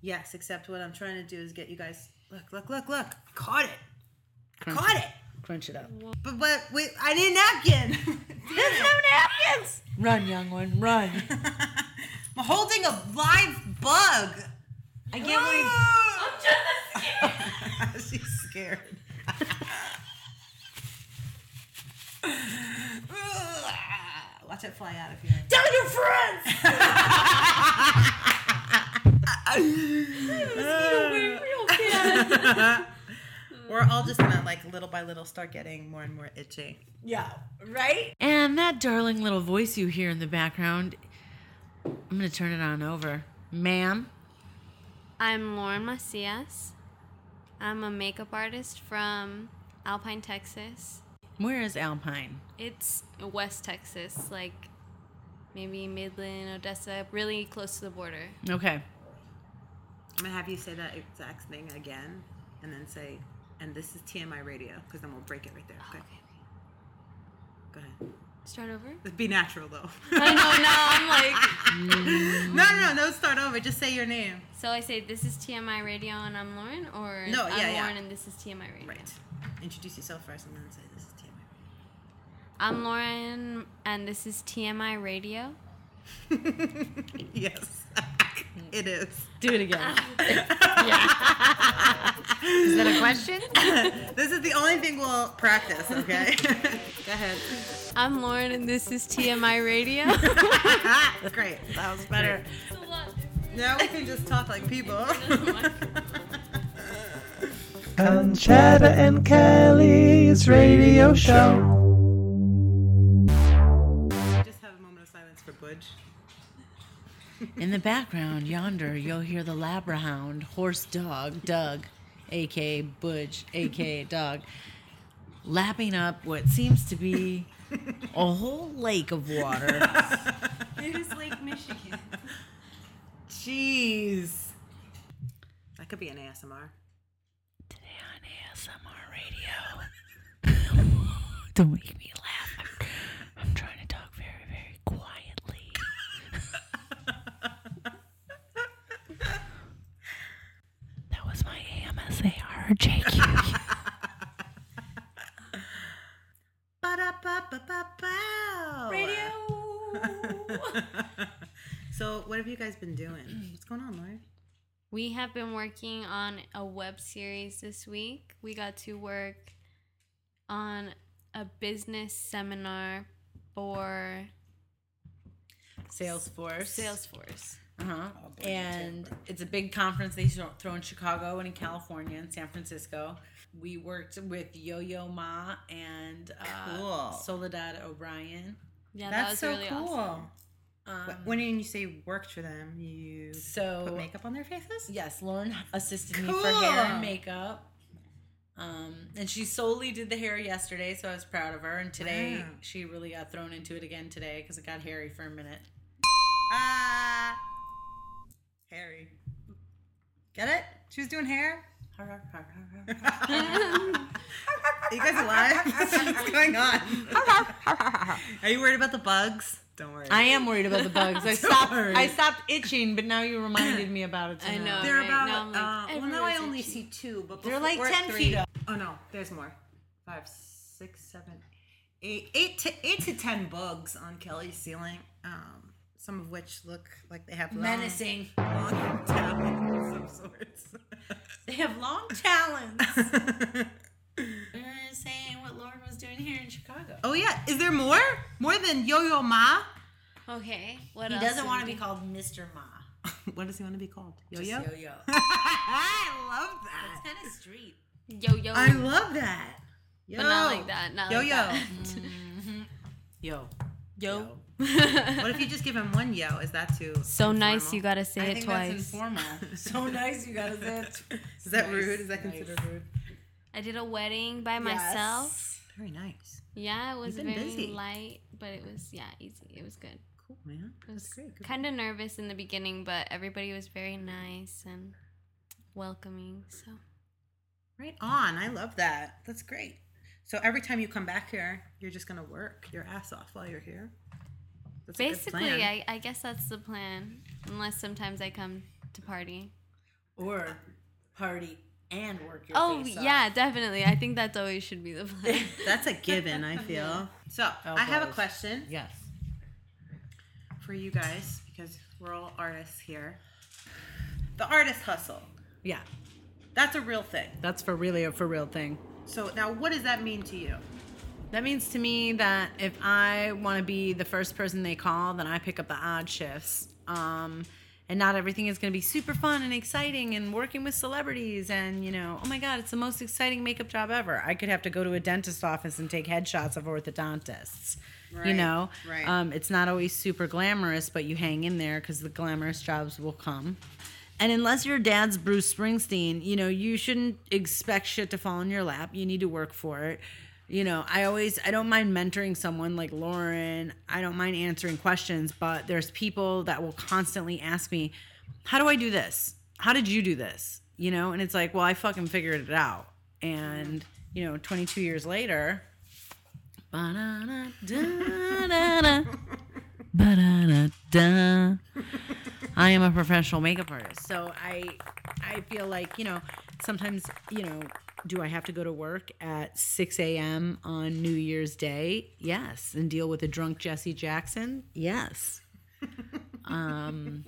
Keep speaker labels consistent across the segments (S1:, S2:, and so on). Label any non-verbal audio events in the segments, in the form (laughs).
S1: Yes, except what I'm trying to do is get you guys. Look, look, look, look. Caught it. Caught it.
S2: Crunch it up.
S1: But but wait, I need a napkin. There's no napkins.
S2: Run, young one, run.
S1: (laughs) I'm holding a live bug. Ah!
S2: I get what he-
S1: (laughs) She's scared. Watch it fly out of here.
S2: Tell your friends!
S1: (laughs) We're all just gonna like little by little start getting more and more itchy.
S2: Yeah, right?
S3: And that darling little voice you hear in the background, I'm going to turn it on over. Ma'am,
S4: I'm Lauren Macias. I'm a makeup artist from Alpine, Texas.
S3: where is Alpine?
S4: It's West Texas, like maybe Midland, Odessa, really close to the border.
S3: Okay.
S1: I'm gonna have you say that exact thing again, and then say, "And this is TMI radio," because then we'll break it right there. Okay.
S4: Okay.
S1: Go ahead.
S4: Start over?
S1: Let's Be natural (laughs) though.
S4: I know now. I'm like.
S1: no, no, no, no. Start over. Just say your name.
S4: So I say, this is TMI Radio and I'm Lauren? Or
S1: No,
S4: I'm
S1: yeah, yeah.
S4: Lauren and this is TMI Radio?
S1: Right. Introduce yourself first, and then say, "This is TMI."
S4: I'm Lauren and this is TMI Radio.
S1: (laughs) yes, it is. (laughs)
S3: Do it (laughs) again. Is that a question?
S1: This is the only thing we'll practice, okay? (laughs) Go ahead. (laughs)
S4: I'm Lauren and this is TMI Radio.
S1: Ah, great. That was better. Now we can just talk like people.
S5: and Cheddar and Kelly's radio show.
S1: just have a moment of silence for Budge.
S3: In the background, yonder, you'll hear the Labrahound, horse dog, Doug, aka Butch, aka Dog, lapping up what seems to be a whole lake of water.
S4: it is Lake Michigan.
S1: Jeez. That could be an ASMR.
S3: Today on ASMR Radio. (laughs) Don't make me laugh. I'm, I'm trying to talk very, very quietly. that was my AMSAR JQ.
S1: Ba-da-ba-ba-ba-bow. (laughs) So, what have you guys been doing? What's going on, Lori?
S4: we have been working on a web series this week. We got to work on a business seminar for
S3: Salesforce.
S4: Salesforce.
S3: Uh-huh. and it's a big conference they throw- throw in Chicago and in California and San Francisco. We worked with Yo Yo Ma and uh,
S1: Cool.
S3: Soledad O'Brien.
S4: Yeah, that
S1: That's
S4: was
S1: so
S4: really
S1: cool.
S4: awesome.
S3: Um,
S1: Wh- When you say worked for them, you put
S3: so
S1: makeup on their faces?
S3: yes, Lauren assisted me for hair
S1: Cool.
S3: and makeup. Um, and she solely did the hair yesterday, so I was proud of her. And today
S1: Wow.
S3: she really got thrown into it again today because it got hairy for a minute.
S1: Ah, Harry. Get it? She was doing hair.
S3: Har, har, har, har, har.
S1: Are you guys
S3: (laughs)
S1: alive? (laughs) What's going on? Are you worried about the bugs? Don't worry.
S3: I am worried about the (laughs) bugs. I stopped. I stopped itching, but now you reminded me about it.
S4: I
S3: tonight.
S4: know.
S1: They're
S4: Right,
S1: about.
S4: now I'm like,
S1: uh, well, now I
S4: everyone's
S1: only
S4: itchy.
S1: see two, but
S3: They're
S1: before-
S3: like
S1: we're at
S3: 10
S1: three.
S3: feet up.
S1: Oh no, there's more. Five, six, seven, eight, eight to eight to ten bugs on Kelly's ceiling. Um, some of which look like they have long,
S3: (laughs) Menacing.
S1: long talons of sorts. (laughs)
S3: They have long (laughs) talons. we were saying what Lauren was doing here in Chicago.
S1: oh yeah, is there more? More than Yo Yo Ma?
S4: Okay. What
S3: He
S4: else?
S3: doesn't
S4: did
S3: want to
S4: we
S3: be
S4: do?
S3: called Mr. Ma.
S1: (laughs) What does he want to be called? Yo
S3: Just
S1: Yo.
S3: (laughs) yo.
S1: (laughs) I love that.
S3: kind of street.
S4: Yo yo.
S1: I love that. Yo.
S4: but not like that. Not
S1: Yo
S4: like
S1: yo.
S4: that.
S3: Yo.
S1: Yo. (laughs) What if you just give him one yo? Is that too?
S4: (laughs) So nice,
S1: informal?
S4: you gotta say it twice.
S3: informal. so nice you gotta say it.
S1: Is that
S3: Nice,
S1: rude? Is that
S3: nice.
S1: considered rude?
S4: I did a wedding by myself.
S1: Very nice.
S4: Yeah, it was
S1: been
S4: very
S1: busy.
S4: light, but it was yeah easy. It was good.
S1: Cool, man. That's great. Good.
S4: Kind of nervous in the beginning, but everybody was very nice and welcoming. So
S1: Right on. I love that. That's great. So every time you come back here, you're just gonna work your ass off while you're here. That's a good
S4: basically,
S1: plan.
S4: I, I guess that's the plan. Unless sometimes I come to party.
S3: or party and work your
S4: Oh
S3: face off.
S4: yeah, definitely. I think that's always should be the (laughs) plan.
S1: That's a given,
S4: (laughs)
S1: I feel. So
S3: Oh,
S1: I have a
S3: boys.
S1: question
S3: Yes.
S1: for you guys because we're all artists here. The artist hustle.
S3: Yeah.
S1: That's a real thing.
S3: That's for really a for real thing.
S1: So now what does that mean to you?
S3: That means to me that if I want to be the first person they call, then I pick up the odd shifts. Um, and not everything is going to be super fun and exciting and working with celebrities and, you know, oh my God, it's the most exciting makeup job ever. I could have to go to a dentist's office and take headshots of orthodontists. you
S1: Right,
S3: know,
S1: right.
S3: Um, it's not always super glamorous, but you hang in there because the glamorous jobs will come. And unless your dad's Bruce Springsteen, you know, you shouldn't expect shit to fall in your lap. You need to work for it. You know, I always I don't mind mentoring someone like Lauren. I don't mind answering questions, but there's people that will constantly ask me, "How do I do this? How did you do this?" You know, and it's like, "Well, I fucking figured it out." And, you know, 22 years later, Ba-da-da-da-da-da. Ba-da-da-da. I am a professional makeup artist. So I I feel like, you know, sometimes, you know, do I have to go to work at 6 a.m. on New Year's Day? Yes. And deal with a drunk Jesse Jackson? Yes. Um,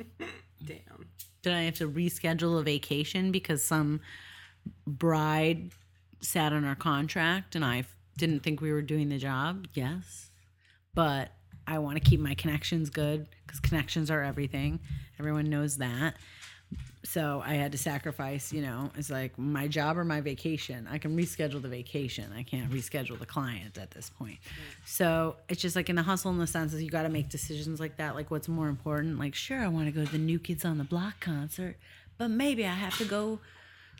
S1: Damn.
S3: Did I have to reschedule a vacation because some bride sat on our contract and I f- didn't think we were doing the job? Yes. But I want to keep my connections good because connections are everything. Everyone knows that. So I had to sacrifice, you know, it's like my job or my vacation. I can reschedule the vacation. I can't reschedule the client at this point. So it's just like in the hustle in the sense is you got to make decisions like that. Like what's more important? Like, sure, I want to go to the New Kids on the Block concert, but maybe I have to go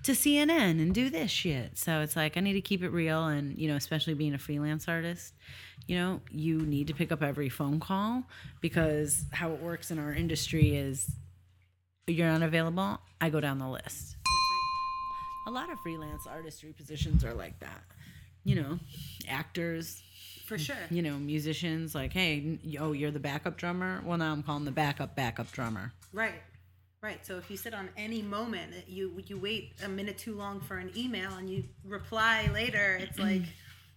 S3: to CNN and do this shit. So it's like I need to keep it real and you know, especially being a freelance artist, you know, you need to pick up every phone call because how it works in our industry is you're not available, I go down the list. A lot of freelance artistry positions are like that. You know, actors,
S1: For sure.
S3: you know, musicians like, hey, n- oh, you're the backup drummer. Well, now I'm calling the backup backup drummer.
S1: Right. Right. So if you sit on any moment, you you wait a minute too long for an email and you reply later, it's
S3: Mm.
S1: like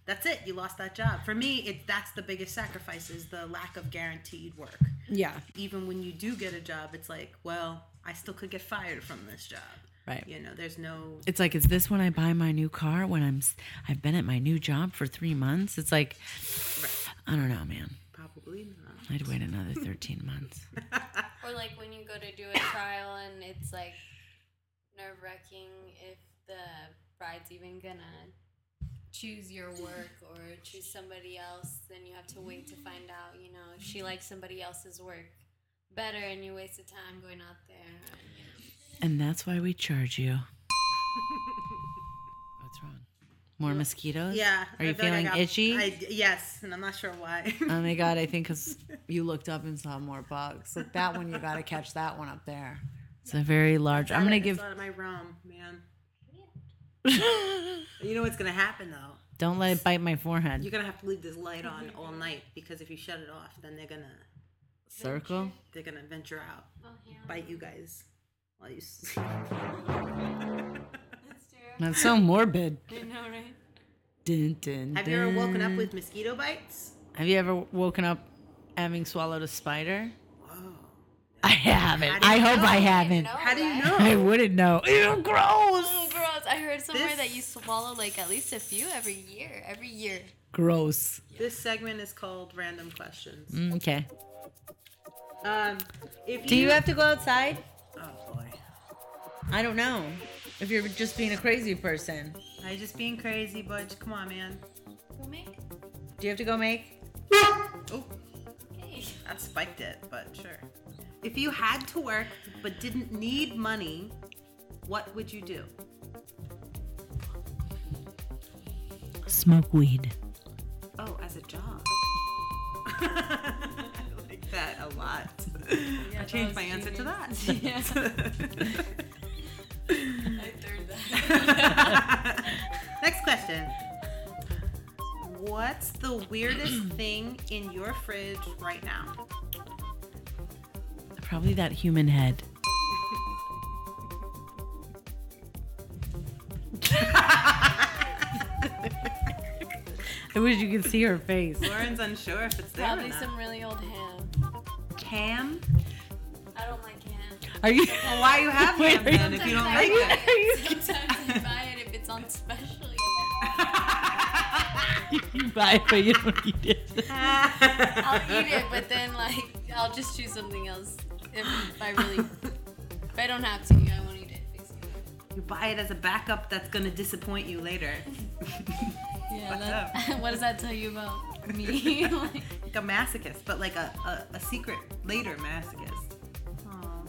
S1: that's it. You lost that job. For me, it that's the biggest sacrifice is the lack of guaranteed work.
S3: Yeah,
S1: Even when you do get a job, it's like, well, I still could get fired from this job.
S3: right.
S1: You know, there's no
S3: It's like, is this when I buy my new car? When I'm, s- I've been at my new job for three months. It's like, I don't know, man.
S1: probably not.
S3: I'd wait another 13 months.
S4: Or like when you go to do a trial and it's like nerve wracking if the bride's even gonna choose your work or choose somebody else, then you have to wait to find out, you know, if she likes somebody else's work better and you wasted time going out there. and, you know.
S3: And that's why we charge you. What's wrong? More mosquitoes?
S1: Yeah.
S3: Are you
S1: I feel like I
S3: feeling
S1: got-
S3: itchy?
S1: I, yes, and I'm not sure why. (laughs)
S3: Oh my god, I think because you looked up and saw more bugs. Like that one, you got to catch that one up there. It's a very large. I'm gonna
S1: It's
S3: give.
S1: out of my realm,
S3: (laughs)
S1: man. you know what's gonna happen though?
S3: Don't let it bite my forehead.
S1: You're gonna have to leave this light on all night because if you shut it off, then they're gonna
S3: Circle.
S1: they're gonna venture out,
S4: Oh, yeah.
S1: bite you guys while you
S3: (laughs)
S1: sleep.
S4: That's terrible.
S3: That's so morbid.
S4: I know, right?
S3: Dun, dun,
S1: Have you ever woken up
S3: dun.
S1: with mosquito bites?
S3: Have you ever woken up having swallowed a spider?
S1: Whoa!
S3: I
S1: How
S3: haven't.
S1: do you
S3: I hope
S1: know?
S3: I haven't.
S1: How do you
S3: I
S1: know?
S3: wouldn't know. Ew, gross.
S4: Oh, gross. I heard somewhere
S1: This-
S4: that you swallow like at least a few every year. Every year.
S3: Gross.
S1: This segment is called Random Questions.
S3: Mm, Okay.
S1: Um, if you,
S3: Mm. Do you have to go outside?
S1: oh boy,
S3: I don't know. If you're just being a crazy person,
S1: I just being crazy, Budge. Come on, man.
S4: Who made
S3: do you have to go make?
S1: Oh,
S4: Hey.
S1: I spiked it, but sure. If you had to work but didn't need money, what would you do?
S3: Smoke weed.
S1: Oh, as a job. (laughs) I like that a lot. I changed my answer to that. (laughs)
S4: I third that.
S1: (laughs) Next question. What's the (clears throat) weirdest thing in your fridge right now?
S3: Probably that human head. (laughs) I wish you could see her face.
S1: Lauren's unsure if it's there or
S4: Probably
S1: not.
S4: some really old ham. (laughs)
S1: ham.
S4: I don't like ham.
S3: Are you? (laughs)
S1: Well, why you have ham then if you don't like
S4: (laughs)
S1: it? (laughs)
S4: buy it. Sometimes I buy it if it's on special. you know.
S3: you buy it, but you don't eat it.
S4: I'll eat it, but then like I'll just choose something else if I really, if I don't have to, I won't eat it. Basically.
S1: You buy it as a backup that's gonna disappoint you later.
S4: Yeah.
S1: What's
S4: that- (laughs) what does that tell you about me? (laughs) like,
S1: Like a masochist, but like a, a, a secret later masochist. Aw.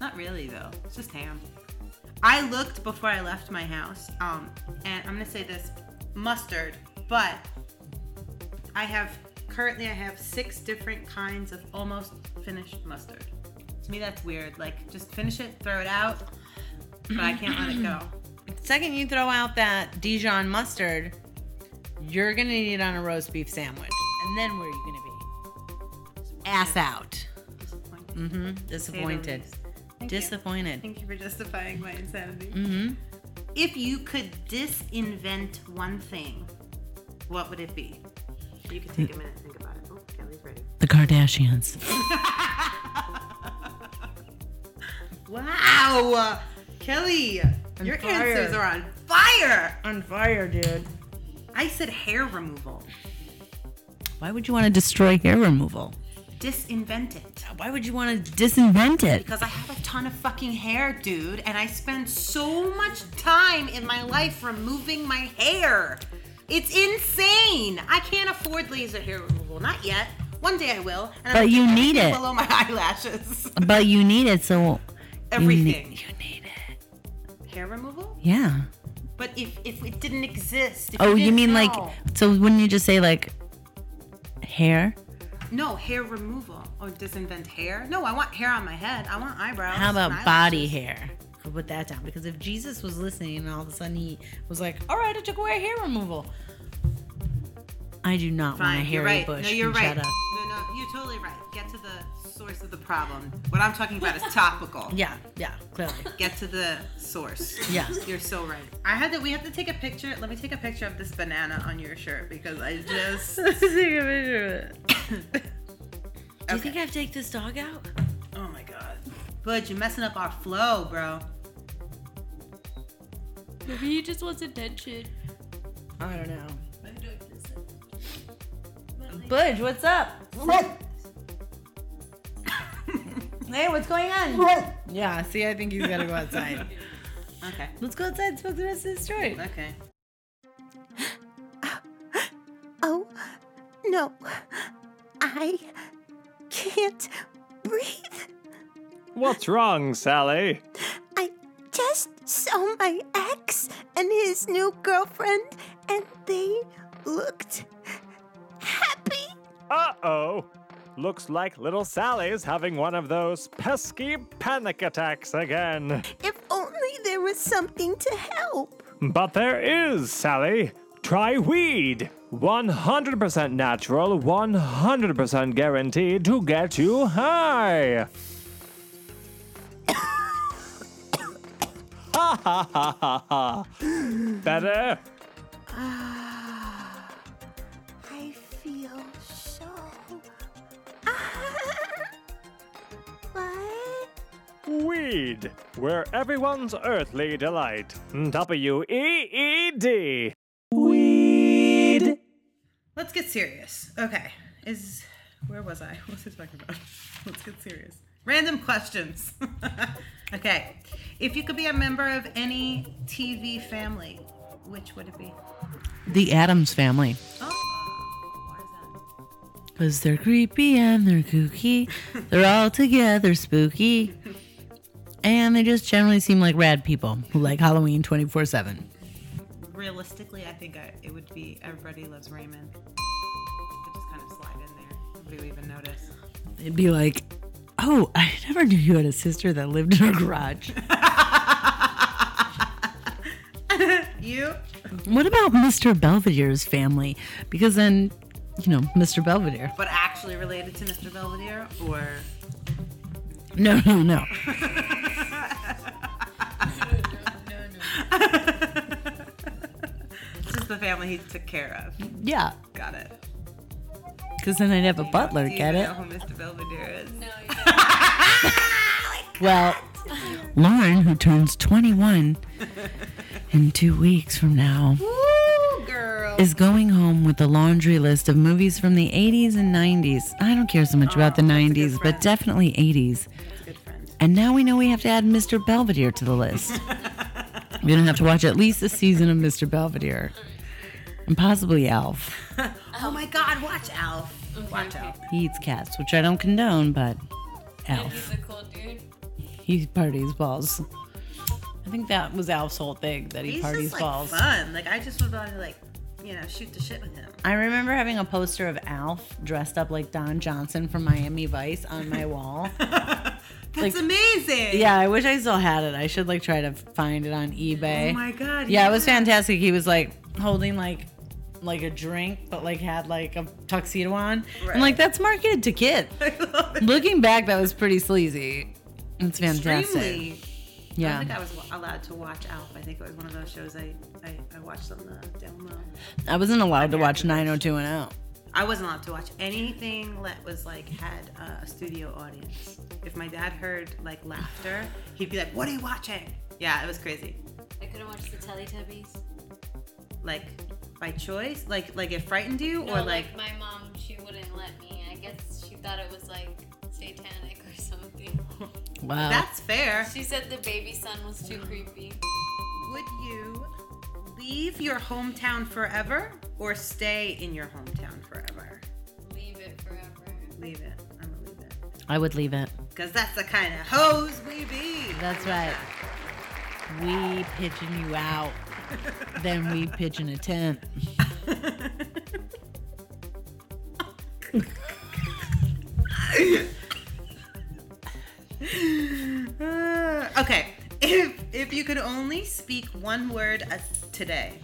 S1: Not really though. It's just ham. I looked before I left my house, um, and I'm gonna say this mustard, but I have currently I have six different kinds of almost finished mustard. To me that's weird. Like just finish it, throw it out, but I can't let it go.
S3: Second, you throw out that Dijon mustard, you're gonna need it on a roast beef sandwich, and then where are you gonna be? Ass out.
S1: Disappointed.
S3: Mm-hmm.
S1: Say the
S3: Disappointed.
S1: least. Thank you.
S3: Disappointed.
S1: Thank you for justifying my insanity.
S3: Mm-hmm.
S1: If you could disinvent one thing, what would it be? You could take a minute and think about it. Oh, Kelly's ready.
S3: The Kardashians.
S1: Wow! Kelly, your
S2: fire.
S1: answers are on fire!
S2: On fire, dude.
S1: I said hair removal.
S3: Why would you want to destroy hair removal?
S1: Disinvent it.
S3: Why would you want to disinvent it?
S1: Because I have a ton of fucking hair, dude, and I spend so much time in my life removing my hair. It's insane. I can't afford laser hair removal. Not yet. One day I will. And
S3: But
S1: I'm
S3: you need it.
S1: below my (laughs) eyelashes.
S3: But you need it, so
S1: Everything.
S3: You need, you need it.
S1: hair removal?
S3: Yeah.
S1: But if if it didn't exist. if
S3: Oh, you
S1: didn't
S3: mean
S1: know-
S3: like? So wouldn't you just say like, hair?
S1: No, hair removal. Oh, Or disinvent hair? No, I want hair on my head. I want eyebrows.
S3: How
S1: and
S3: about
S1: eyelashes.
S3: body hair? I'll put that down because if Jesus was listening and all of a sudden he was like, "All right, I took away hair removal," I do not want a
S1: Fine,
S3: hairy
S1: you're right.
S3: bush.
S1: No, you're
S3: and
S1: right.
S3: Shut up.
S1: No, no, you're totally right. Get to the source of the problem. What I'm talking
S3: (laughs)
S1: about is topical.
S3: Yeah, yeah,
S1: (laughs)
S3: clearly.
S1: Get to the source.
S3: Yeah.
S1: You're so right. I had to. We have to take a picture. Let me take a picture of this banana on your shirt because I
S3: (laughs)
S1: just.
S3: Let's take a picture of it. Do
S1: Okay.
S3: you think I have to take this dog out?
S1: oh my god. Bud, you're messing up our flow, bro.
S4: maybe he just wants attention.
S3: I don't know.
S4: I'm doing this.
S2: Budge, what's up?
S3: (laughs)
S2: Hey, what's going on?
S3: Yeah, see, I think he's gotta go outside.
S1: (laughs) okay.
S3: Let's go outside and smoke the rest of the story.
S1: Okay.
S6: Oh, no. I can't breathe.
S5: What's wrong, Sally?
S6: I just saw my ex and his new girlfriend, and they looked happy.
S5: Uh oh. Looks like little Sally's having one of those pesky panic attacks again.
S6: If only there was something to help. (coughs)
S5: But there is, Sally. Try weed. 100% natural, 100% guaranteed to get you high. Ha ha ha ha ha. Better?
S6: I feel so. (laughs) what?
S5: Weed, where everyone's earthly delight. W E E D. Weed.
S1: Let's get serious. Okay. Is where was I? (laughs) What was I talking about? Let's get serious. Random questions. (laughs) okay. If you could be a member of any TV family, which would it be?
S3: The Adams family.
S1: Oh, why is
S3: Because they're creepy and they're kooky. they're all together spooky. And they just generally seem like rad people who like Halloween 24 7.
S1: that? Realistically, I think I, it would be Everybody Loves Raymond. It just kind of slide in there. Nobody would even notice.
S3: It'd be like, oh, I never knew you had a sister that lived in a garage.
S1: You?
S3: what about Mr. Belvedere's family? Because then, you know, Mr. Belvedere. (laughs)
S1: But actually related to Mr. Belvedere or
S3: No, no, no.
S1: just the family he took care of?
S3: Yeah.
S7: Got it.
S3: Because then I'd have a
S7: Do you-
S3: butler,
S7: do you
S3: get
S7: know
S3: it?
S7: who Mr. Belvedere is?
S4: No, you don't.
S3: Well, Lauren, who turns 21 in two weeks from now, is going home with a laundry list of movies from the 80s and 90s. I don't care so much about the 90s, but definitely 80s. And now we know we have to add Mr. Belvedere to the list. we don't have to watch at least a season of Mr. Belvedere. And possibly Alf.
S1: Oh my God! Watch Alf. Watch Alf.
S3: He eats cats, which I don't condone, but
S4: And
S3: Alf.
S4: he's a cool dude.
S3: He parties balls. I think that was Alf's whole thing that he
S1: He's
S3: parties
S1: just like
S3: balls.
S1: fun. Like I just would want to like, you know, shoot the shit with him. (laughs)
S3: I remember having a poster of Alf dressed up like Don Johnson from Miami Vice on
S1: (laughs)
S3: my wall.
S1: That's amazing.
S3: yeah, I wish I still had it. I should like try to find it on eBay.
S1: Oh my God.
S3: Yeah, it was fantastic. He was like holding like like a drink, but like had like a tuxedo on.
S1: Right.
S3: And like that's marketed to kids. Looking back, that was pretty sleazy. It's fantastic.
S1: Extremely. I
S3: Yeah.
S1: don't think I was allowed to watch Alf. I think it was one of those shows I, I, I watched on the down low.
S3: I wasn't allowed to watch 90210.
S1: I wasn't allowed to watch anything that was like had uh, a studio audience. If my dad heard like laughter, he'd be like, "What are you watching?" Yeah, it was crazy.
S4: I couldn't watch the Teletubbies.
S1: Like by choice, like like it frightened you,
S4: No,
S1: or like
S4: like, my mom, she wouldn't let me. I guess she thought it was like satanic or something.
S3: Wow.
S1: that's fair.
S4: She said the baby son was too creepy.
S1: Would you leave your hometown forever or stay in your hometown forever?
S4: Leave it forever.
S1: Leave it. I'm gonna leave it.
S3: I would leave it.
S1: Cause that's the kind of hoes we be.
S3: That's right. We pigeon you out. then we pigeon a tent.
S1: Uh, okay. If if you could only speak one word a- today,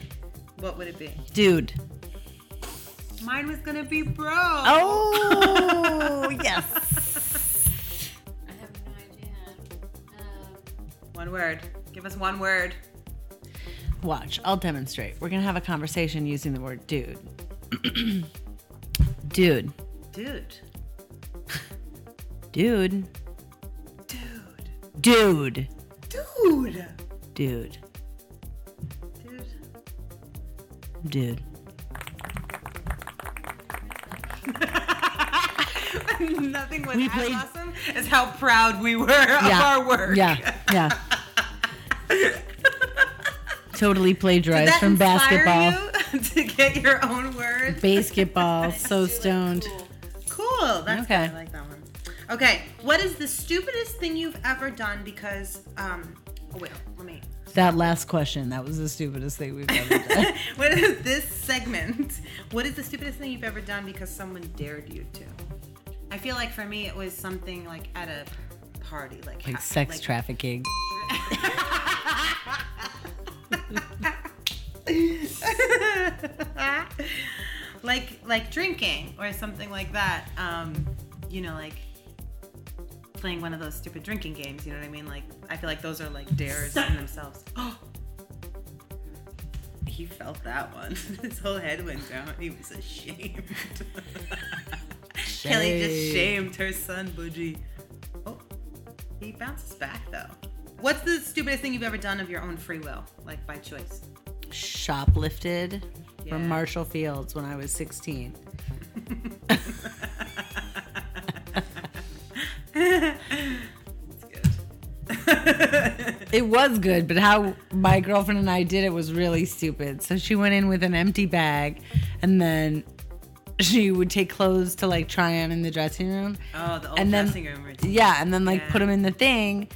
S1: what would it be?
S3: Dude.
S1: Mine was gonna be bro.
S3: Oh, yes.
S4: I have no idea. Um,
S1: One word. Give us one word.
S3: (laughs) Watch, I'll demonstrate. We're going to have a conversation using the word dude. (clears throat) dude.
S1: Dude.
S3: Dude.
S1: Dude.
S3: Dude.
S1: Dude.
S3: Dude.
S1: Dude. (laughs)
S3: Dude.
S1: Nothing was
S3: We
S1: as
S3: played-
S1: awesome as how proud we were
S3: Yeah.
S1: of our work.
S3: Yeah. Yeah. totally
S1: Did
S3: plagiarized
S1: that
S3: from
S1: inspire
S3: basketball.
S1: you (laughs) to get your own word?
S3: Basketball. So
S4: just do,
S3: stoned.
S4: Like, cool.
S1: Cool. That's
S3: Okay.
S1: good. I like that one. Okay. What is the stupidest thing you've ever done? Because um. Oh wait. Let me. (laughs)
S3: That last question, that was the stupidest thing we've ever (laughs) done.
S1: what is this segment? What is the stupidest thing you've ever done because someone dared you to? I feel like for me it was something like at a party, like
S3: like sex trafficking.
S1: (laughs)
S3: (laughs)
S1: (laughs) like like drinking or something like that. Um, you know, like playing one of those stupid drinking games. You know what I mean? Like I feel like those are like dares in themselves. (gasps) Oh, he felt that one. (laughs) His whole head went down. He was ashamed. (laughs) Kelly just shamed her son, Bougie. Oh, he bounces back though. What's the stupidest thing you've ever done of your own free will, like by choice? (laughs)
S3: Shoplifted
S1: Yeah.
S3: from Marshall Fields when I was 16. It was good, but how my girlfriend and I did it was really stupid. So she went in with an empty bag and then she would take clothes to like try on in the dressing room.
S1: Oh, the old
S3: And then-
S1: dressing room routine.
S3: Yeah, and then like put
S1: Yeah.
S3: 'em put them in the thing.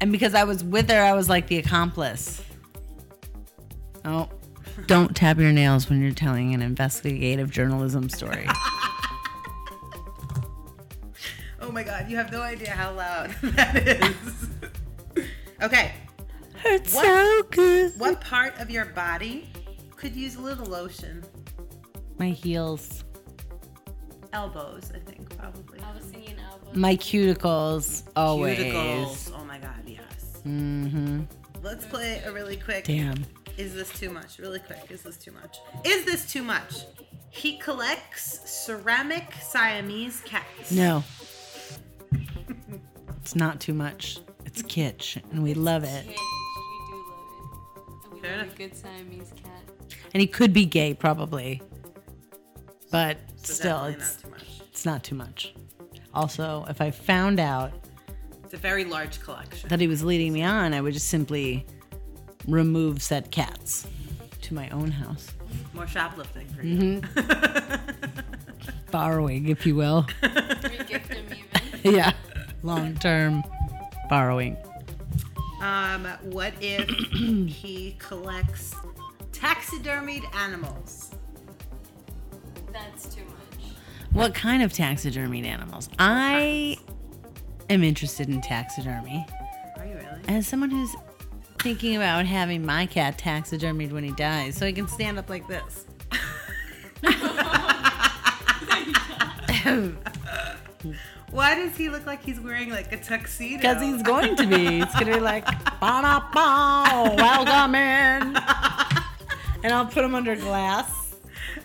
S3: And because I was with her, I was like the accomplice. (laughs) Oh, don't tap your nails when you're telling an investigative journalism story.
S1: Oh my god, you have no idea how loud (laughs) that is. (laughs) okay,
S3: Hurts so good.
S1: what part of your body could use a little lotion?
S3: My heels,
S1: Elbows, I think, probably.
S4: I was thinking elbows.
S3: my cuticles, always.
S1: Cuticles. Oh my god, yes. Mm-hmm. Let's play a really quick.
S3: Damn.
S1: Is this too much? Really quick. Is this too much? Is this too much? He collects ceramic Siamese cats.
S3: No. It's not too much. It's kitsch, and we love it.
S4: Caged, we do love it. And we
S1: Fair
S4: love
S1: enough.
S4: a good Siamese cat.
S3: And he could be gay, probably. But
S1: So
S3: still,
S1: definitely
S3: it's,
S1: not too much.
S3: it's not too much. Also, if I found out
S1: It's a very large collection.
S3: that he was leading me on, I would just simply remove said cats to my own house.
S1: More shoplifting for
S3: Mm-hmm.
S1: you.
S3: Borrowing, if you will.
S4: We gift them
S3: (laughs)
S4: even.
S3: yeah. Long term borrowing.
S1: Um, what (clears throat) if he collects taxidermied animals?
S4: That's too much.
S3: What kind of taxidermied animals? I am interested in taxidermy.
S1: Are you really?
S3: As someone who's thinking about having my cat taxidermied when he dies, so he can stand up like this. (laughs)
S1: Why does he look like he's wearing like a tuxedo?
S3: Because he's going to be. It's going to be like, ba da ba, welcome in. And I'll put him under glass.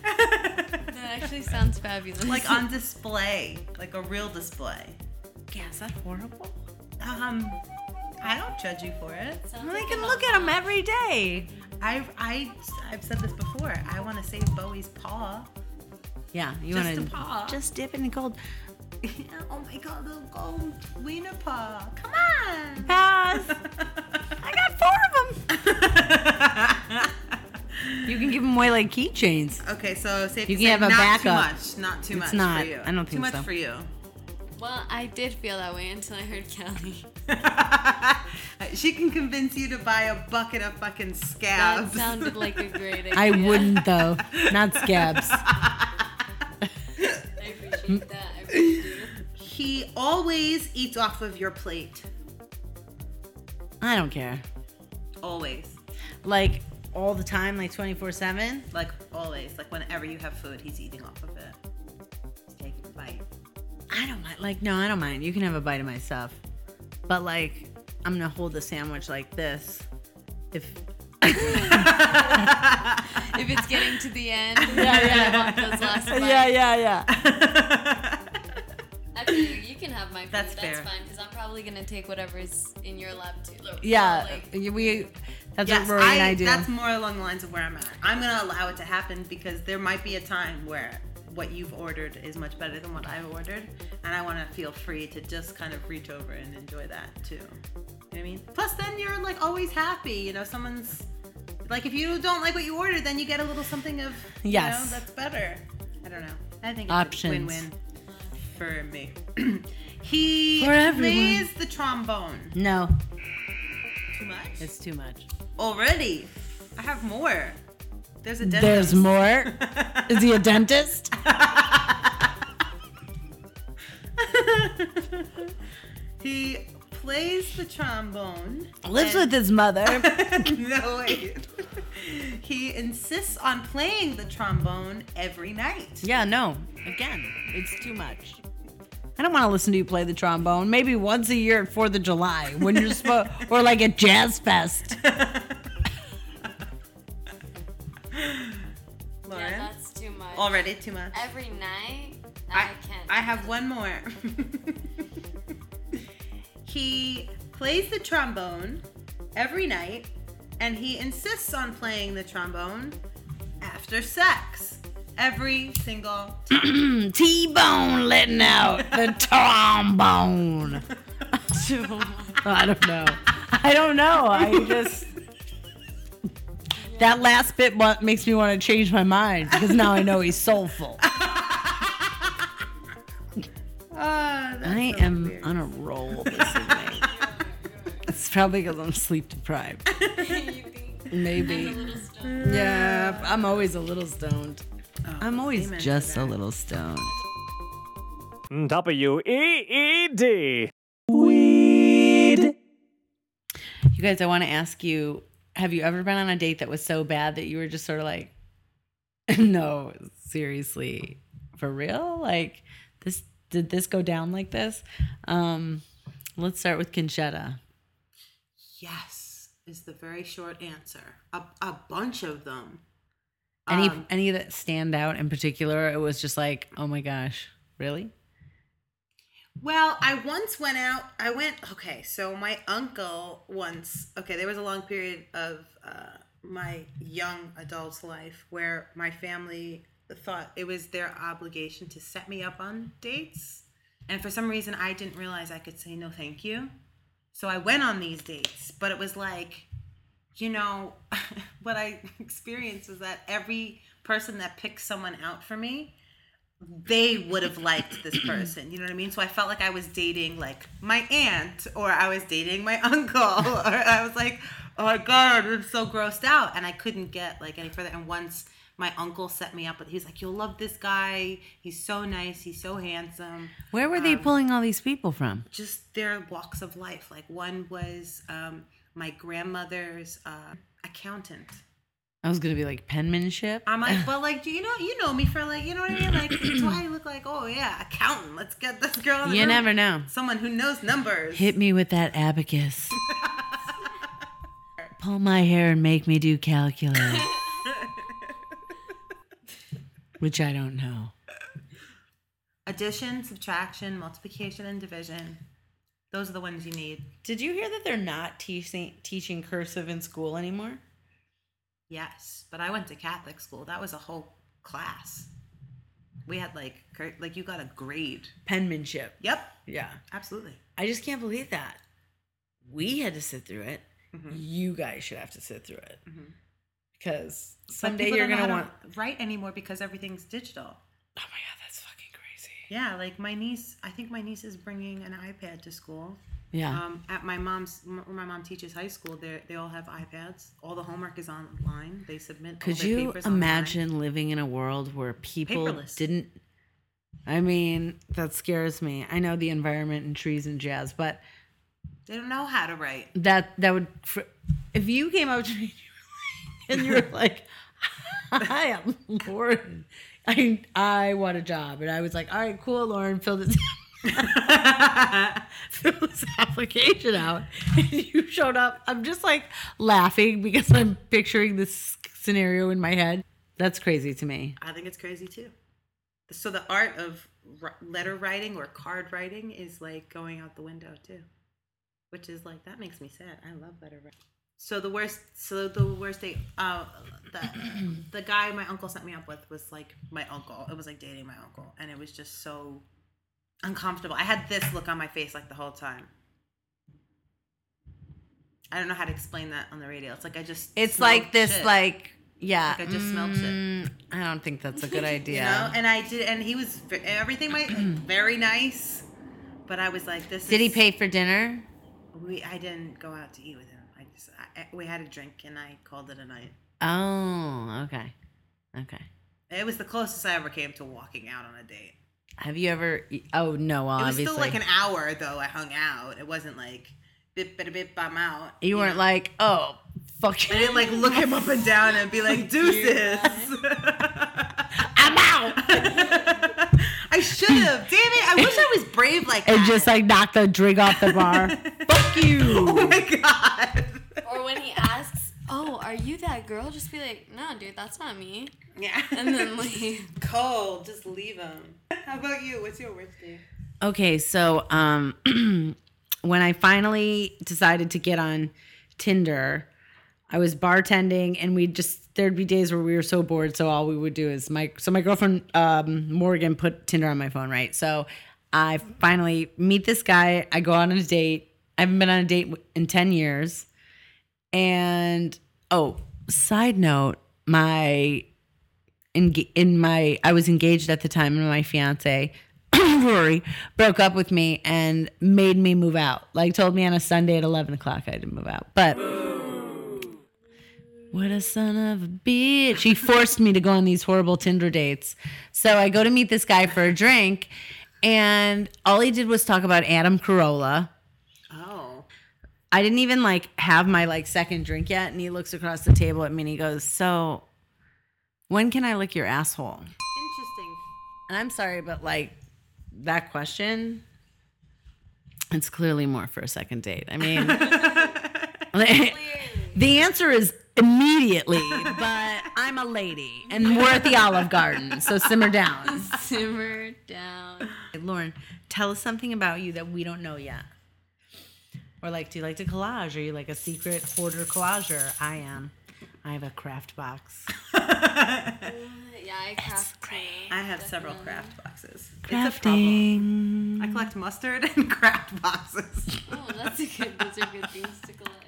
S4: That actually sounds fabulous.
S1: (laughs) like on display, like a real display.
S3: Yeah, is that horrible?
S1: Um, I don't judge you for it.
S4: Sounds
S3: Well,
S4: like
S3: they can
S4: a
S3: look at him every day.
S1: I, I, I've said this before. I want to save Bowie's paw.
S3: Yeah, you
S1: Just
S3: want
S1: a paw.
S3: to just dip it in cold.
S1: oh my god, little gold wiener paw. Come on.
S3: Pass.
S1: (laughs)
S3: I got four of them. You can give them away like keychains.
S1: okay, so safe
S3: You
S1: to
S3: can
S1: say
S3: have a
S1: not
S3: backup.
S1: too much. Not too much
S3: not.
S1: for you.
S3: I don't think
S1: too much
S3: so.
S1: for you. (laughs)
S4: Well, I did feel that way until I heard Kelly.
S1: she can convince you to buy a bucket of fucking
S4: That
S1: scabs. (laughs)
S4: sounded like a great idea.
S3: (laughs) I wouldn't though. Not scabs.
S4: I appreciate that. I really do.
S1: he always eats off of your plate.
S3: I don't care.
S1: Always.
S3: Like all the time, like twenty four seven.
S1: Like always. Like whenever you have food, he's eating off of it. He's taking a bite.
S3: I don't mind. Like no, I don't mind. You can have a bite of my stuff, but like I'm gonna hold the sandwich like this. If
S4: If it's getting to the end, yeah, yeah. I want those last bites.
S3: yeah, yeah.
S1: (laughs)
S3: (laughs)
S4: I feel you. You can have my food.
S1: That's
S4: That's,
S1: fair.
S4: fine because I'm probably gonna take whatever's in your lap too. Like,
S3: Yeah,
S4: like,
S3: we. That's
S1: Yes,
S3: what Rory and I do.
S1: that's more along the lines of where I'm at. I'm gonna allow it to happen because there might be a time where what you've ordered is much better than what I've ordered, and I want to feel free to just kind of reach over and enjoy that too. You know what I mean? Plus, then you're like always happy. You know, someone's like if you don't like what you ordered, then you get a little something of you
S3: Yes.
S1: know, that's better. I don't know. I think it's
S3: Options.
S1: a win-win for me. (clears throat) he
S3: For everyone.
S1: plays the trombone.
S3: no,
S1: Too much.
S3: it's too much.
S1: Already? I have more. There's a dentist.
S3: There's more. Is he a dentist?
S1: (laughs) he plays the
S3: (laughs)
S1: trombone.
S3: (laughs) Lives with his mother.
S1: no, wait. (laughs) he insists on playing the trombone every night.
S3: Yeah, no. Again, it's too much. I don't want to listen to you play the trombone. Maybe once a year at Fourth of July when you're supposed, (laughs) or like at Jazz Fest.
S1: (laughs) Lauren?
S4: yeah, that's too much.
S1: Already too much.
S4: Every night, I, can't.
S1: I have one more. (laughs) he plays the trombone every night and he insists on playing the trombone after sex every single time.
S3: Hmm, T-Bone letting out the trombone. (laughs) I don't know. I don't know. I just that last bit wa- makes me want to change my mind because now I know he's soulful.
S1: Ah, that's
S3: I
S1: so
S3: am
S1: weird.
S3: on a roll
S1: (laughs)
S3: this evening. it's probably because I'm
S1: (laughs)
S3: sleep deprived. Maybe. Yeah, I'm always a little stoned. I'm always
S1: Oh, amen to
S3: just a
S1: that.
S3: little stoned.
S5: W E E D.
S3: You guys, I want to ask you have you ever been on a date that was so bad that you were just sort of like, (laughs) no, seriously, for real? Like, this did this go down like this? Um, let's start with Conchetta.
S1: Yes, is the very short answer. A, a bunch of them.
S3: Any any that stand out in particular? It was just like, oh my gosh, really?
S1: Well, I once went out. I went. Okay, so my uncle once. Okay, there was a long period of uh, my young adult life where my family thought it was their obligation to set me up on dates, and for some reason, I didn't realize I could say no, thank you. So I went on these dates, but it was like, you know, (laughs) what I (laughs) experienced was that every person that picked someone out for me they would have liked this person. You know what I mean? So I felt like I was dating like my aunt or I was dating my (laughs) uncle. Or I was like, oh my God, I'm so grossed out. And I couldn't get like any further. And once my uncle set me up with, he's like, you'll love this guy. He's so nice. He's so handsome
S3: Where were they pulling all these people from?
S1: just their walks of life. Like one was um, my grandmother's uh, accountant.
S3: I was gonna be like penmanship.
S1: I'm like, well, like, do you know, you know me for like, you know what I mean? Like, that's why I look like, oh yeah, accountant. Let's get this girl. In the
S3: you
S1: room.
S3: never know.
S1: Someone who knows numbers.
S3: Hit me with that (laughs) abacus. Pull my hair and make me do (laughs) calculus. Which I don't know.
S1: Addition, subtraction, multiplication, and division. Those are the ones you need.
S3: Did you hear that they're not teaching teaching cursive in school anymore?
S1: Yes, but I went to Catholic school. That was a whole class. We had like, cur- like you got a grade.
S3: Penmanship.
S1: Yep,
S3: Yeah.
S1: absolutely.
S3: I just can't believe that. We had to sit through it.
S1: Mm-hmm.
S3: You guys should have to sit through it. Because someday
S1: people
S3: you're
S1: don't
S3: going to
S1: know
S3: want.
S1: how to write anymore because everything's digital.
S3: Oh my God, that's fucking crazy.
S1: Yeah, like my niece. I think my niece is bringing an iPad to school.
S3: Yeah.
S1: Um, at my mom's, m- where my mom teaches high school, they they all have iPads. All the homework is online. They submit. all
S3: Could
S1: their
S3: you
S1: papers online.
S3: imagine living in a world where people
S1: Paperless.
S3: didn't? I mean, that scares me. I know the environment and trees and jazz, but
S1: They don't know how to write.
S3: that that would fr- if you came up to me (laughs) and you were like hi i'm lauren i i want a job and i was like all right cool lauren fill this (laughs) fill this application out and you showed up i'm just like laughing because i'm picturing this scenario in my head that's crazy to me
S1: I think it's crazy too. So the art of r- letter writing or card writing is like going out the window too, which is like that makes me sad. I love letter writing. So the worst, so the worst day, uh, the
S2: (clears throat)
S1: the guy my uncle sent me up with was like my uncle. It was like dating my uncle, and it was just so uncomfortable. I had this look on my face like the whole time. I don't know how to explain that on the radio. It's like I just
S2: It's
S1: smelled
S2: like this,
S1: shit.
S2: like yeah.
S1: Like I just smelled shit.
S3: Mm, i don't think that's a good idea
S1: (laughs) you know and i did and he was v- everything
S3: (clears throat)
S1: might very nice but i was like this
S3: did he
S1: is-
S3: pay for dinner
S1: we i didn't go out to eat with him i just I, I- we had a drink and i called it a night
S3: oh okay okay
S1: it was the closest i ever came to walking out on a date
S3: Have you ever? Oh no, well,
S1: it was
S3: obviously
S1: still like an hour though i hung out it wasn't like bit bit bit i'm out
S3: you weren't like, oh fuck,
S1: i didn't like look him up and down and be
S3: (laughs)
S1: like deuces (laughs)
S3: I'm out,
S1: i should have damn it i wish i was brave like that
S3: and just like knock the drink off the bar. fuck
S1: (laughs) oh
S3: you.
S1: my god
S4: Or when he asks, "Oh, are you that girl?" Just be like, "No, dude, that's not me,"
S1: yeah
S4: and (laughs) then leave.
S1: cold. Just leave him. How about you? What's your worst day?
S3: Okay, so um, (clears throat) when I finally decided to get on Tinder, I was bartending, and we just there'd be days where we were so bored, so all we would do is my so my girlfriend um, Morgan put Tinder on my phone, right? So I finally meet this guy. I go out on a date. I haven't been on a date in ten years, and oh, side note, my in, in my I was engaged at the time and my fiance (coughs) Rory broke up with me and made me move out. Like told me on a Sunday at eleven o'clock I had to move out. But what a son of a bitch. He forced me to go on these horrible Tinder dates. So I go to meet this guy for a drink and all he did was talk about Adam Carolla.
S1: Oh,
S3: I didn't even like have my like second drink yet, and he looks across the table at me and he goes, "So, when can I lick your asshole?"
S1: interesting.
S3: And I'm sorry, but like that question, (laughs) it's clearly more for a second date. I mean, the answer is immediately, but I'm a lady and we're at the Olive Garden, so simmer down.
S4: Simmer down.
S3: (laughs) Lauren, tell us something about you that we don't know yet. Or like, do you like to collage? Are you like a secret hoarder collager? I am. I have a craft box.
S4: Yeah, I craft too.
S1: I have several craft boxes. It's a problem.
S3: Crafting.
S1: I collect mustard and (laughs) craft boxes.
S4: (laughs) Oh, that's a good. Those are good things to collect.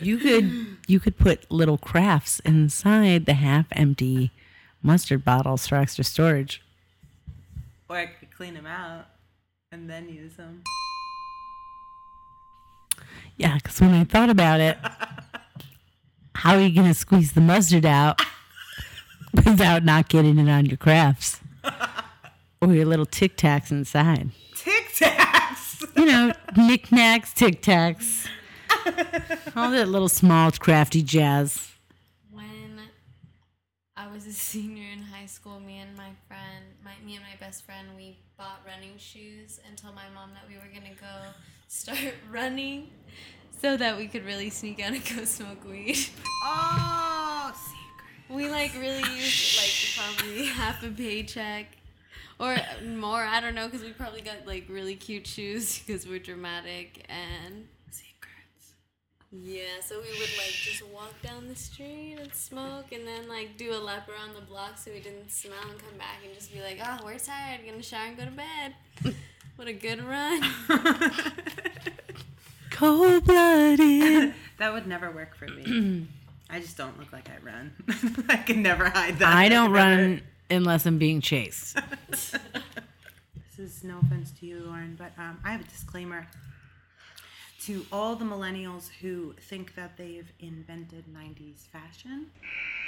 S3: You could you could put little crafts inside the half empty mustard bottles for extra storage.
S1: or I could clean them out and then use them.
S3: Yeah, because when I thought about it, how are you going to squeeze the mustard out without not getting it on your crafts or your little tic tacs inside?
S1: Tic Tacs! (laughs)
S3: You know, knickknacks, tic tacs, all that little small crafty jazz.
S4: When I was a senior in high school, me and my friend, my me and my best friend, we bought running shoes and told my mom that we were gonna go start (laughs) running, so that we could really sneak out and go smoke weed.
S1: Oh, secret.
S4: We like really used like probably (laughs) half a paycheck or more. I don't know because we probably got like really cute shoes (laughs) because we're dramatic and
S1: Secrets.
S4: yeah. So we would like just walk down the street and smoke and then like do a lap around the block so we didn't smell and come back and just be like, oh, we're tired. Gonna shower and go to (laughs) bed. What a good run.
S1: (laughs)
S3: Cold blooded.
S1: That would never work for me.
S3: (clears throat)
S1: I just don't look like I run. (laughs) I can never hide that.
S3: I don't
S1: could never-
S3: run unless I'm being chased.
S1: This is no offense to you, Lauren, but um, I have a disclaimer to all the millennials who think that they've invented 90s fashion.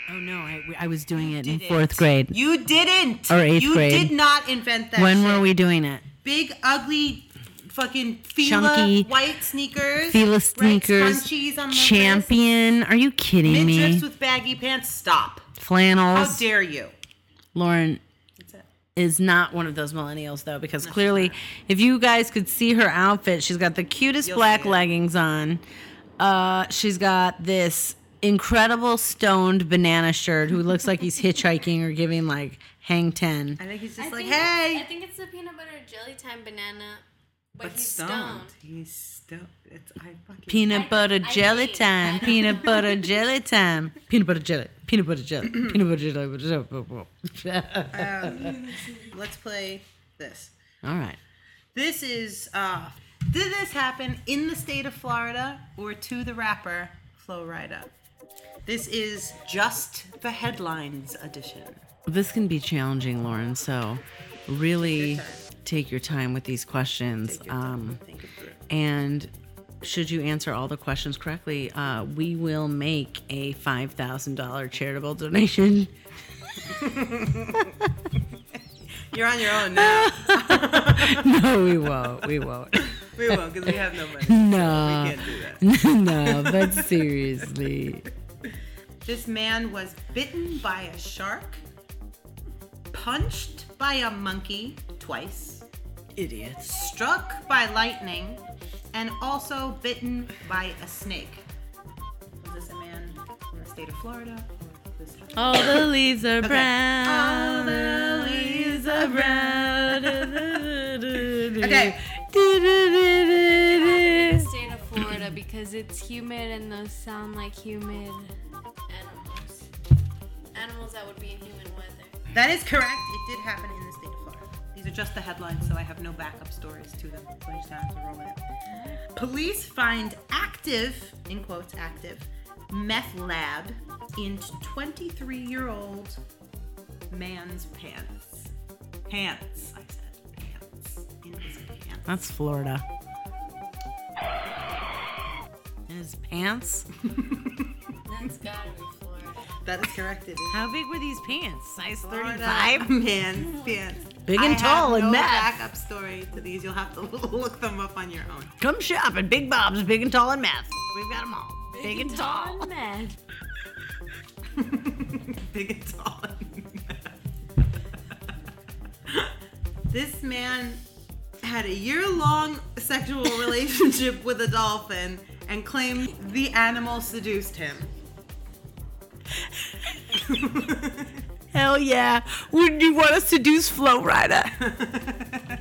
S3: Oh no, I, I was doing it in fourth grade.
S1: You didn't.
S3: Or eighth
S1: you
S3: grade.
S1: did not invent that.
S3: When
S1: shit.
S3: were we doing it?
S1: Big, ugly, fucking Fila
S3: Chunky
S1: white sneakers.
S3: Fila
S1: right,
S3: sneakers,
S1: scrunchies on the wrist,
S3: champion. Are you kidding me?
S1: Midriffs with baggy pants. Stop. How
S3: Flannels.
S1: dare you?
S3: Lauren
S1: That's it.
S3: is not one of those millennials though, because clearly, if you guys could see her outfit, she's got the cutest
S1: You'll
S3: black
S1: see it.
S3: leggings on. Uh, she's got this incredible stoned banana shirt who looks like he's hitchhiking or giving like hang ten.
S1: I think he's just
S4: I
S1: like,
S4: think-
S1: hey.
S4: I think it's the peanut butter jelly time banana, but,
S1: But
S4: he's
S1: stoned.
S4: stoned.
S1: He's stoned. It's I fucking.
S3: Peanut butter
S4: I
S3: jelly
S4: think-
S3: time.
S4: I don't-
S3: Peanut
S4: (laughs)
S3: butter jelly time. Peanut butter jelly. Peanut butter jelly. Peanut butter jelly. Peanut butter jelly.
S1: Let's play this.
S3: All right.
S1: This is uh did this happen in the state of Florida or to the rapper Flow Rida? This is just the headlines edition.
S3: This can be challenging, Lauren. So really take your time with these questions. Um,
S1: Think it through.
S3: and should you answer all the questions correctly, uh, we will make a $5,000 charitable donation. (laughs)
S1: You're on your own now.
S3: No, we won't. We won't.
S1: we won't because we have no money.
S3: (laughs) No.
S1: Can't do that.
S3: no, but seriously.
S1: This man was bitten by a shark, punched by a monkey twice,
S3: Idiots.
S1: struck by lightning, and also bitten by a snake. Was this a man in the state of Florida? or was this-
S3: All the leaves are brown.
S1: All the leaves
S3: (laughs) are brown.
S1: Okay.
S3: okay.
S4: the state of Florida because it's humid and those sound like humid animals. Animals that would be in humid weather.
S1: That is correct. It did happen in the state of Florida. These are just the headlines, so I have no backup stories to them. So I just have to roll with it. Police find active, in quotes, active, meth lab in 23 year old man's pants. Pants, I said. Pants. In his pants.
S3: (laughs) That's Florida. And his pants? (laughs)
S4: That's gotta be Florida.
S1: That is correct. It is.
S3: How big were these pants? Size (laughs)
S1: Florida man's pants.
S3: Big
S1: I
S3: and tall
S1: have
S3: and
S1: no
S3: meth.
S1: backup story to these. You'll have to (laughs) look them up on your own.
S3: Come shop at Big Bob's Big and Tall and Meth. We've got them all. Big, and Tall.
S4: Man.
S1: (laughs) big and tall. this man had a year long sexual relationship with a dolphin and claimed the animal seduced him.
S3: Hell yeah. Would you want us to do Flow Rider?
S1: (laughs)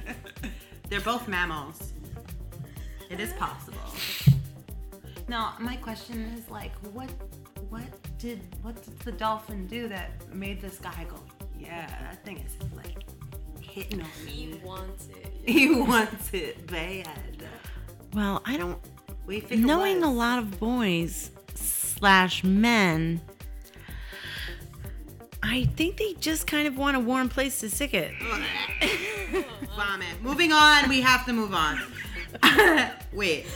S1: They're both mammals. It is possible. Now, my question is like, what, what did, what did the dolphin do that made this guy go, yeah, that thing is like hitting on me.
S4: He wants it.
S1: (laughs) He wants it bad.
S3: Well, I don't.
S1: We think it
S3: Knowing
S1: was.
S3: a lot of boys slash men, I think they just kind of want a warm place to stick it.
S1: vomit. Moving on. We have to move on. (laughs) Wait.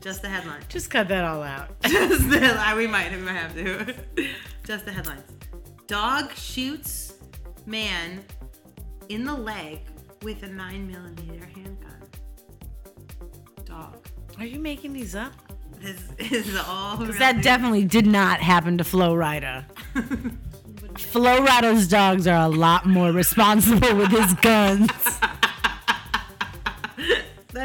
S1: Just the headline.
S3: Just cut that all out.
S1: (laughs)
S3: (laughs)
S1: Just the, I- we might, we might have to. (laughs) Just the headlines. Dog shoots man in the leg with a nine millimeter handgun. Dog.
S3: Are you making these up?
S1: This is all.
S3: Because that definitely did not happen to Flow (laughs) Rider. Flow Rider's dogs are a lot more responsible with (laughs) his guns.
S1: that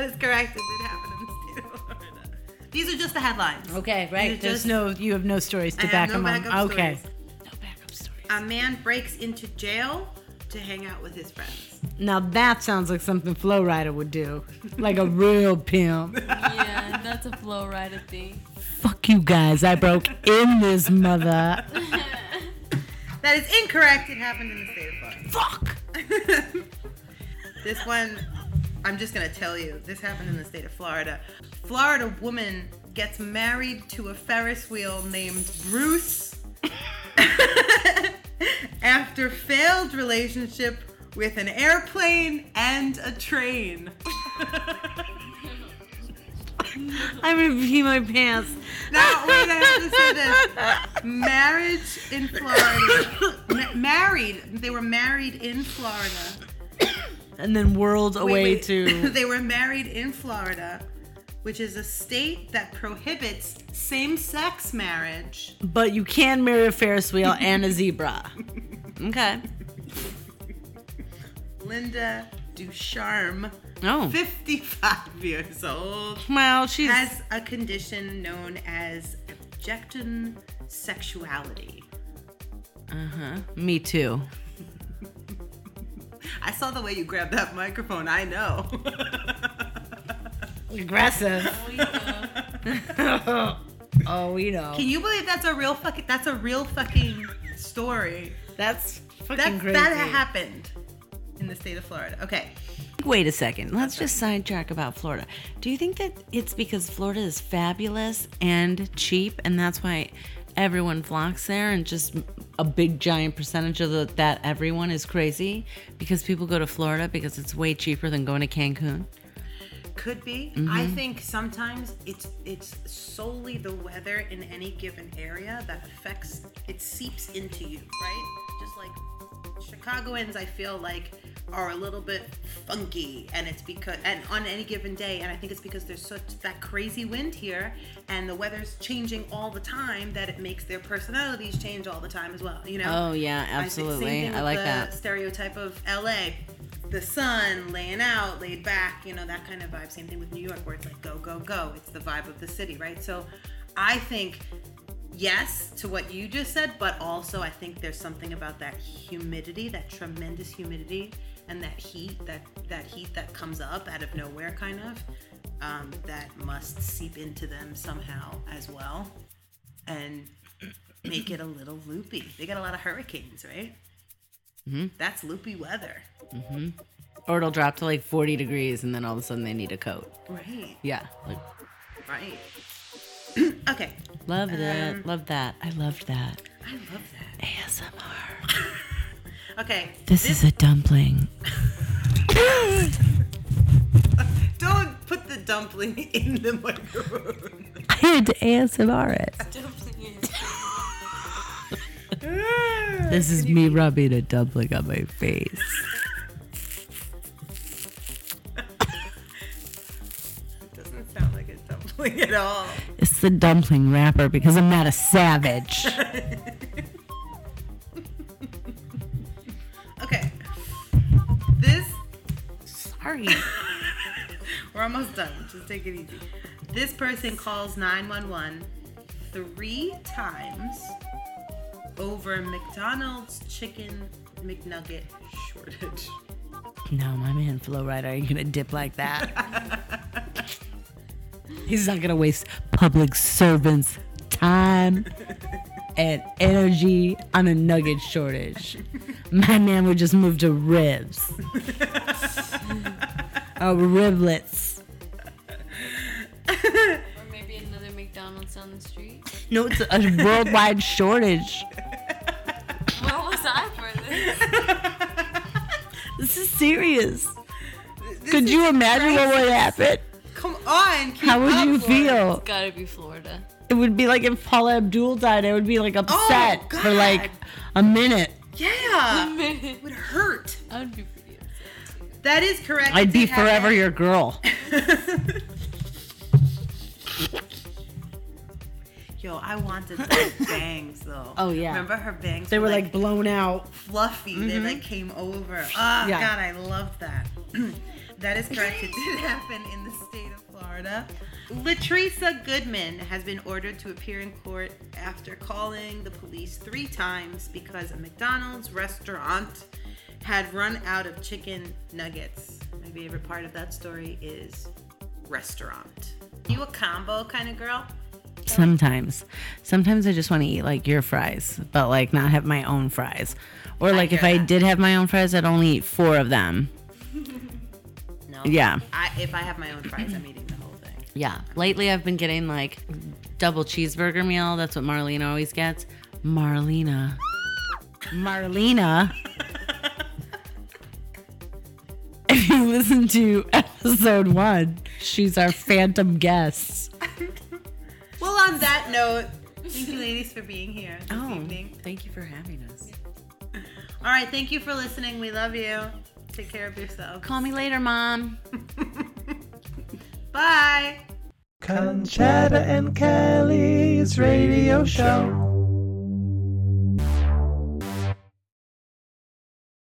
S1: is correct. It did happen in the state of Florida. (laughs) These are just the headlines.
S3: Okay,
S1: right.
S3: There's no, you have no stories to
S1: I
S3: back
S1: have no
S3: them up.
S1: backup
S3: Okay.
S1: stories.
S3: No backup stories.
S1: A man breaks into jail to hang out with his friends.
S3: Now that sounds like something Flow Rider would do, like a real (laughs) pimp.
S4: Yeah, that's a flow rider thing.
S3: Fuck you guys! I broke in this (laughs) mother.
S1: That is incorrect. It happened in the state of Florida.
S3: Fuck.
S1: (laughs) This one, I'm just gonna tell you, this happened in the state of Florida. Florida woman gets married to a Ferris wheel named Bruce (laughs) after failed relationship with an airplane and a train.
S3: I'm gonna pee my pants.
S1: Now, Oh, wait, I have to say this. Marriage in Florida. Ma- married. They were married in Florida.
S3: And then whirled
S1: Wait,
S3: away
S1: wait. (laughs)
S3: to.
S1: they were married in Florida, which is a state that prohibits same-sex marriage.
S3: But you can marry a Ferris (laughs) wheel and a zebra. Okay.
S1: Linda Ducharme,
S3: Oh.
S1: 55 years old,
S3: Well, she's
S1: has a condition known as abjection sexuality.
S3: me too.
S1: I saw the way you grabbed that microphone. I know.
S3: (laughs) Aggressive.
S4: We know.
S3: (laughs) Oh, we know.
S1: Can you believe that's a real fucking that's a real fucking story.
S3: That's fucking
S1: That
S3: crazy.
S1: that happened in the state of Florida. Okay.
S3: Wait a second. Let's just sidetrack about Florida. Do you think that it's because Florida is fabulous and cheap, and that's why everyone flocks there, and just a big giant percentage of the, that everyone is crazy because people go to Florida because it's way cheaper than going to Cancun?
S1: Could be. I think sometimes it's it's solely the weather in any given area that affects it seeps into you, right? Just like Chicagoans I feel like are a little bit funky and it's because and on any given day and I think it's because there's such that crazy wind here and the weather's changing all the time that it makes their personalities change all the time as well, you know.
S3: Oh, yeah,
S1: I think same
S3: absolutely.
S1: thing
S3: I
S1: with
S3: like
S1: the
S3: that.
S1: stereotype of LA. The sun, laying out, laid back, you know, that kind of vibe. Same thing with New York, where it's like go, go, go. It's the vibe of the city, right? So I think yes to what you just said, but also I think there's something about that humidity, that tremendous humidity and that heat, that that heat that comes up out of nowhere kind of. Um, that must seep into them somehow as well. And make it a little loopy. They got a lot of hurricanes, right? That's loopy weather.
S3: Or it'll drop to like 40 degrees, and then all of a sudden they need a coat.
S1: Right.
S3: Yeah. Like,
S1: Right. (clears throat) okay.
S3: love that. love that. I loved that.
S1: I love that.
S3: ASMR.
S1: Okay.
S3: This is a dumpling.
S1: Don't put the dumpling (laughs) in the microphone.
S3: (laughs) I had to ASMR it. This is me rubbing a dumpling on my (laughs) face.
S1: Doesn't sound like a dumpling at all.
S3: It's the dumpling wrapper because I'm not a savage.
S1: Okay. This
S3: (laughs) Sorry.
S1: we're almost done. Just take it easy. This person calls 911 three times over McDonald's chicken McNugget shortage.
S3: No, my man Flo Rida ain't gonna dip like that. He's not gonna waste public servants' time and energy on a nugget shortage. My man would just move to ribs. oh, riblets.
S4: Or maybe another McDonald's down the street.
S3: No, it's a worldwide shortage.
S4: Where was I for this?
S3: This is serious. Could you imagine what would happen?
S1: Come on, keep
S3: How would
S1: up
S3: you
S1: for it.
S3: feel?
S4: It's gotta be Florida.
S3: It would be like if Paula Abdul died. I would be like upset
S1: Oh,
S3: for like a minute. (laughs)
S1: Yeah, it would hurt.
S4: I'd be pretty upset.
S1: That is correct. It
S3: I'd be
S1: did happen.
S3: forever your girl.
S1: (laughs) Yo, I
S8: (laughs)
S1: wanted those bangs though.
S3: Oh, yeah.
S1: remember her bangs?
S8: They were like blown out.
S1: fluffy. They like came over. Oh
S8: Yeah.
S1: God, I loved that. (clears throat) that is correct. It did happen in the state of Florida. Latresa Goodman has been ordered to appear in court after calling the police three times because a McDonald's restaurant had run out of chicken nuggets. My favorite part of that story is restaurant. You a combo kind of girl?
S3: Sometimes. Sometimes I just want to eat like your fries, but like not have my own fries. Or like if
S1: hear
S3: I
S1: that.
S3: did have my own fries, I'd only eat four of them.
S1: No.
S3: Yeah.
S1: I, if I have my own fries, I'm eating the whole thing.
S3: Yeah. Lately I've been getting like double cheeseburger meal. That's what Marlena always gets. Marlena. Marlena. (laughs) If you listen to episode one, she's our phantom guest.
S1: Well, on that note, thank you ladies for being here this
S3: Oh.
S1: evening.
S3: thank you for having us.
S1: All right, thank you for listening. We love you. Take care of yourself.
S3: Call me later, mom.
S1: Bye.
S9: Conchetta and Kelly's radio show.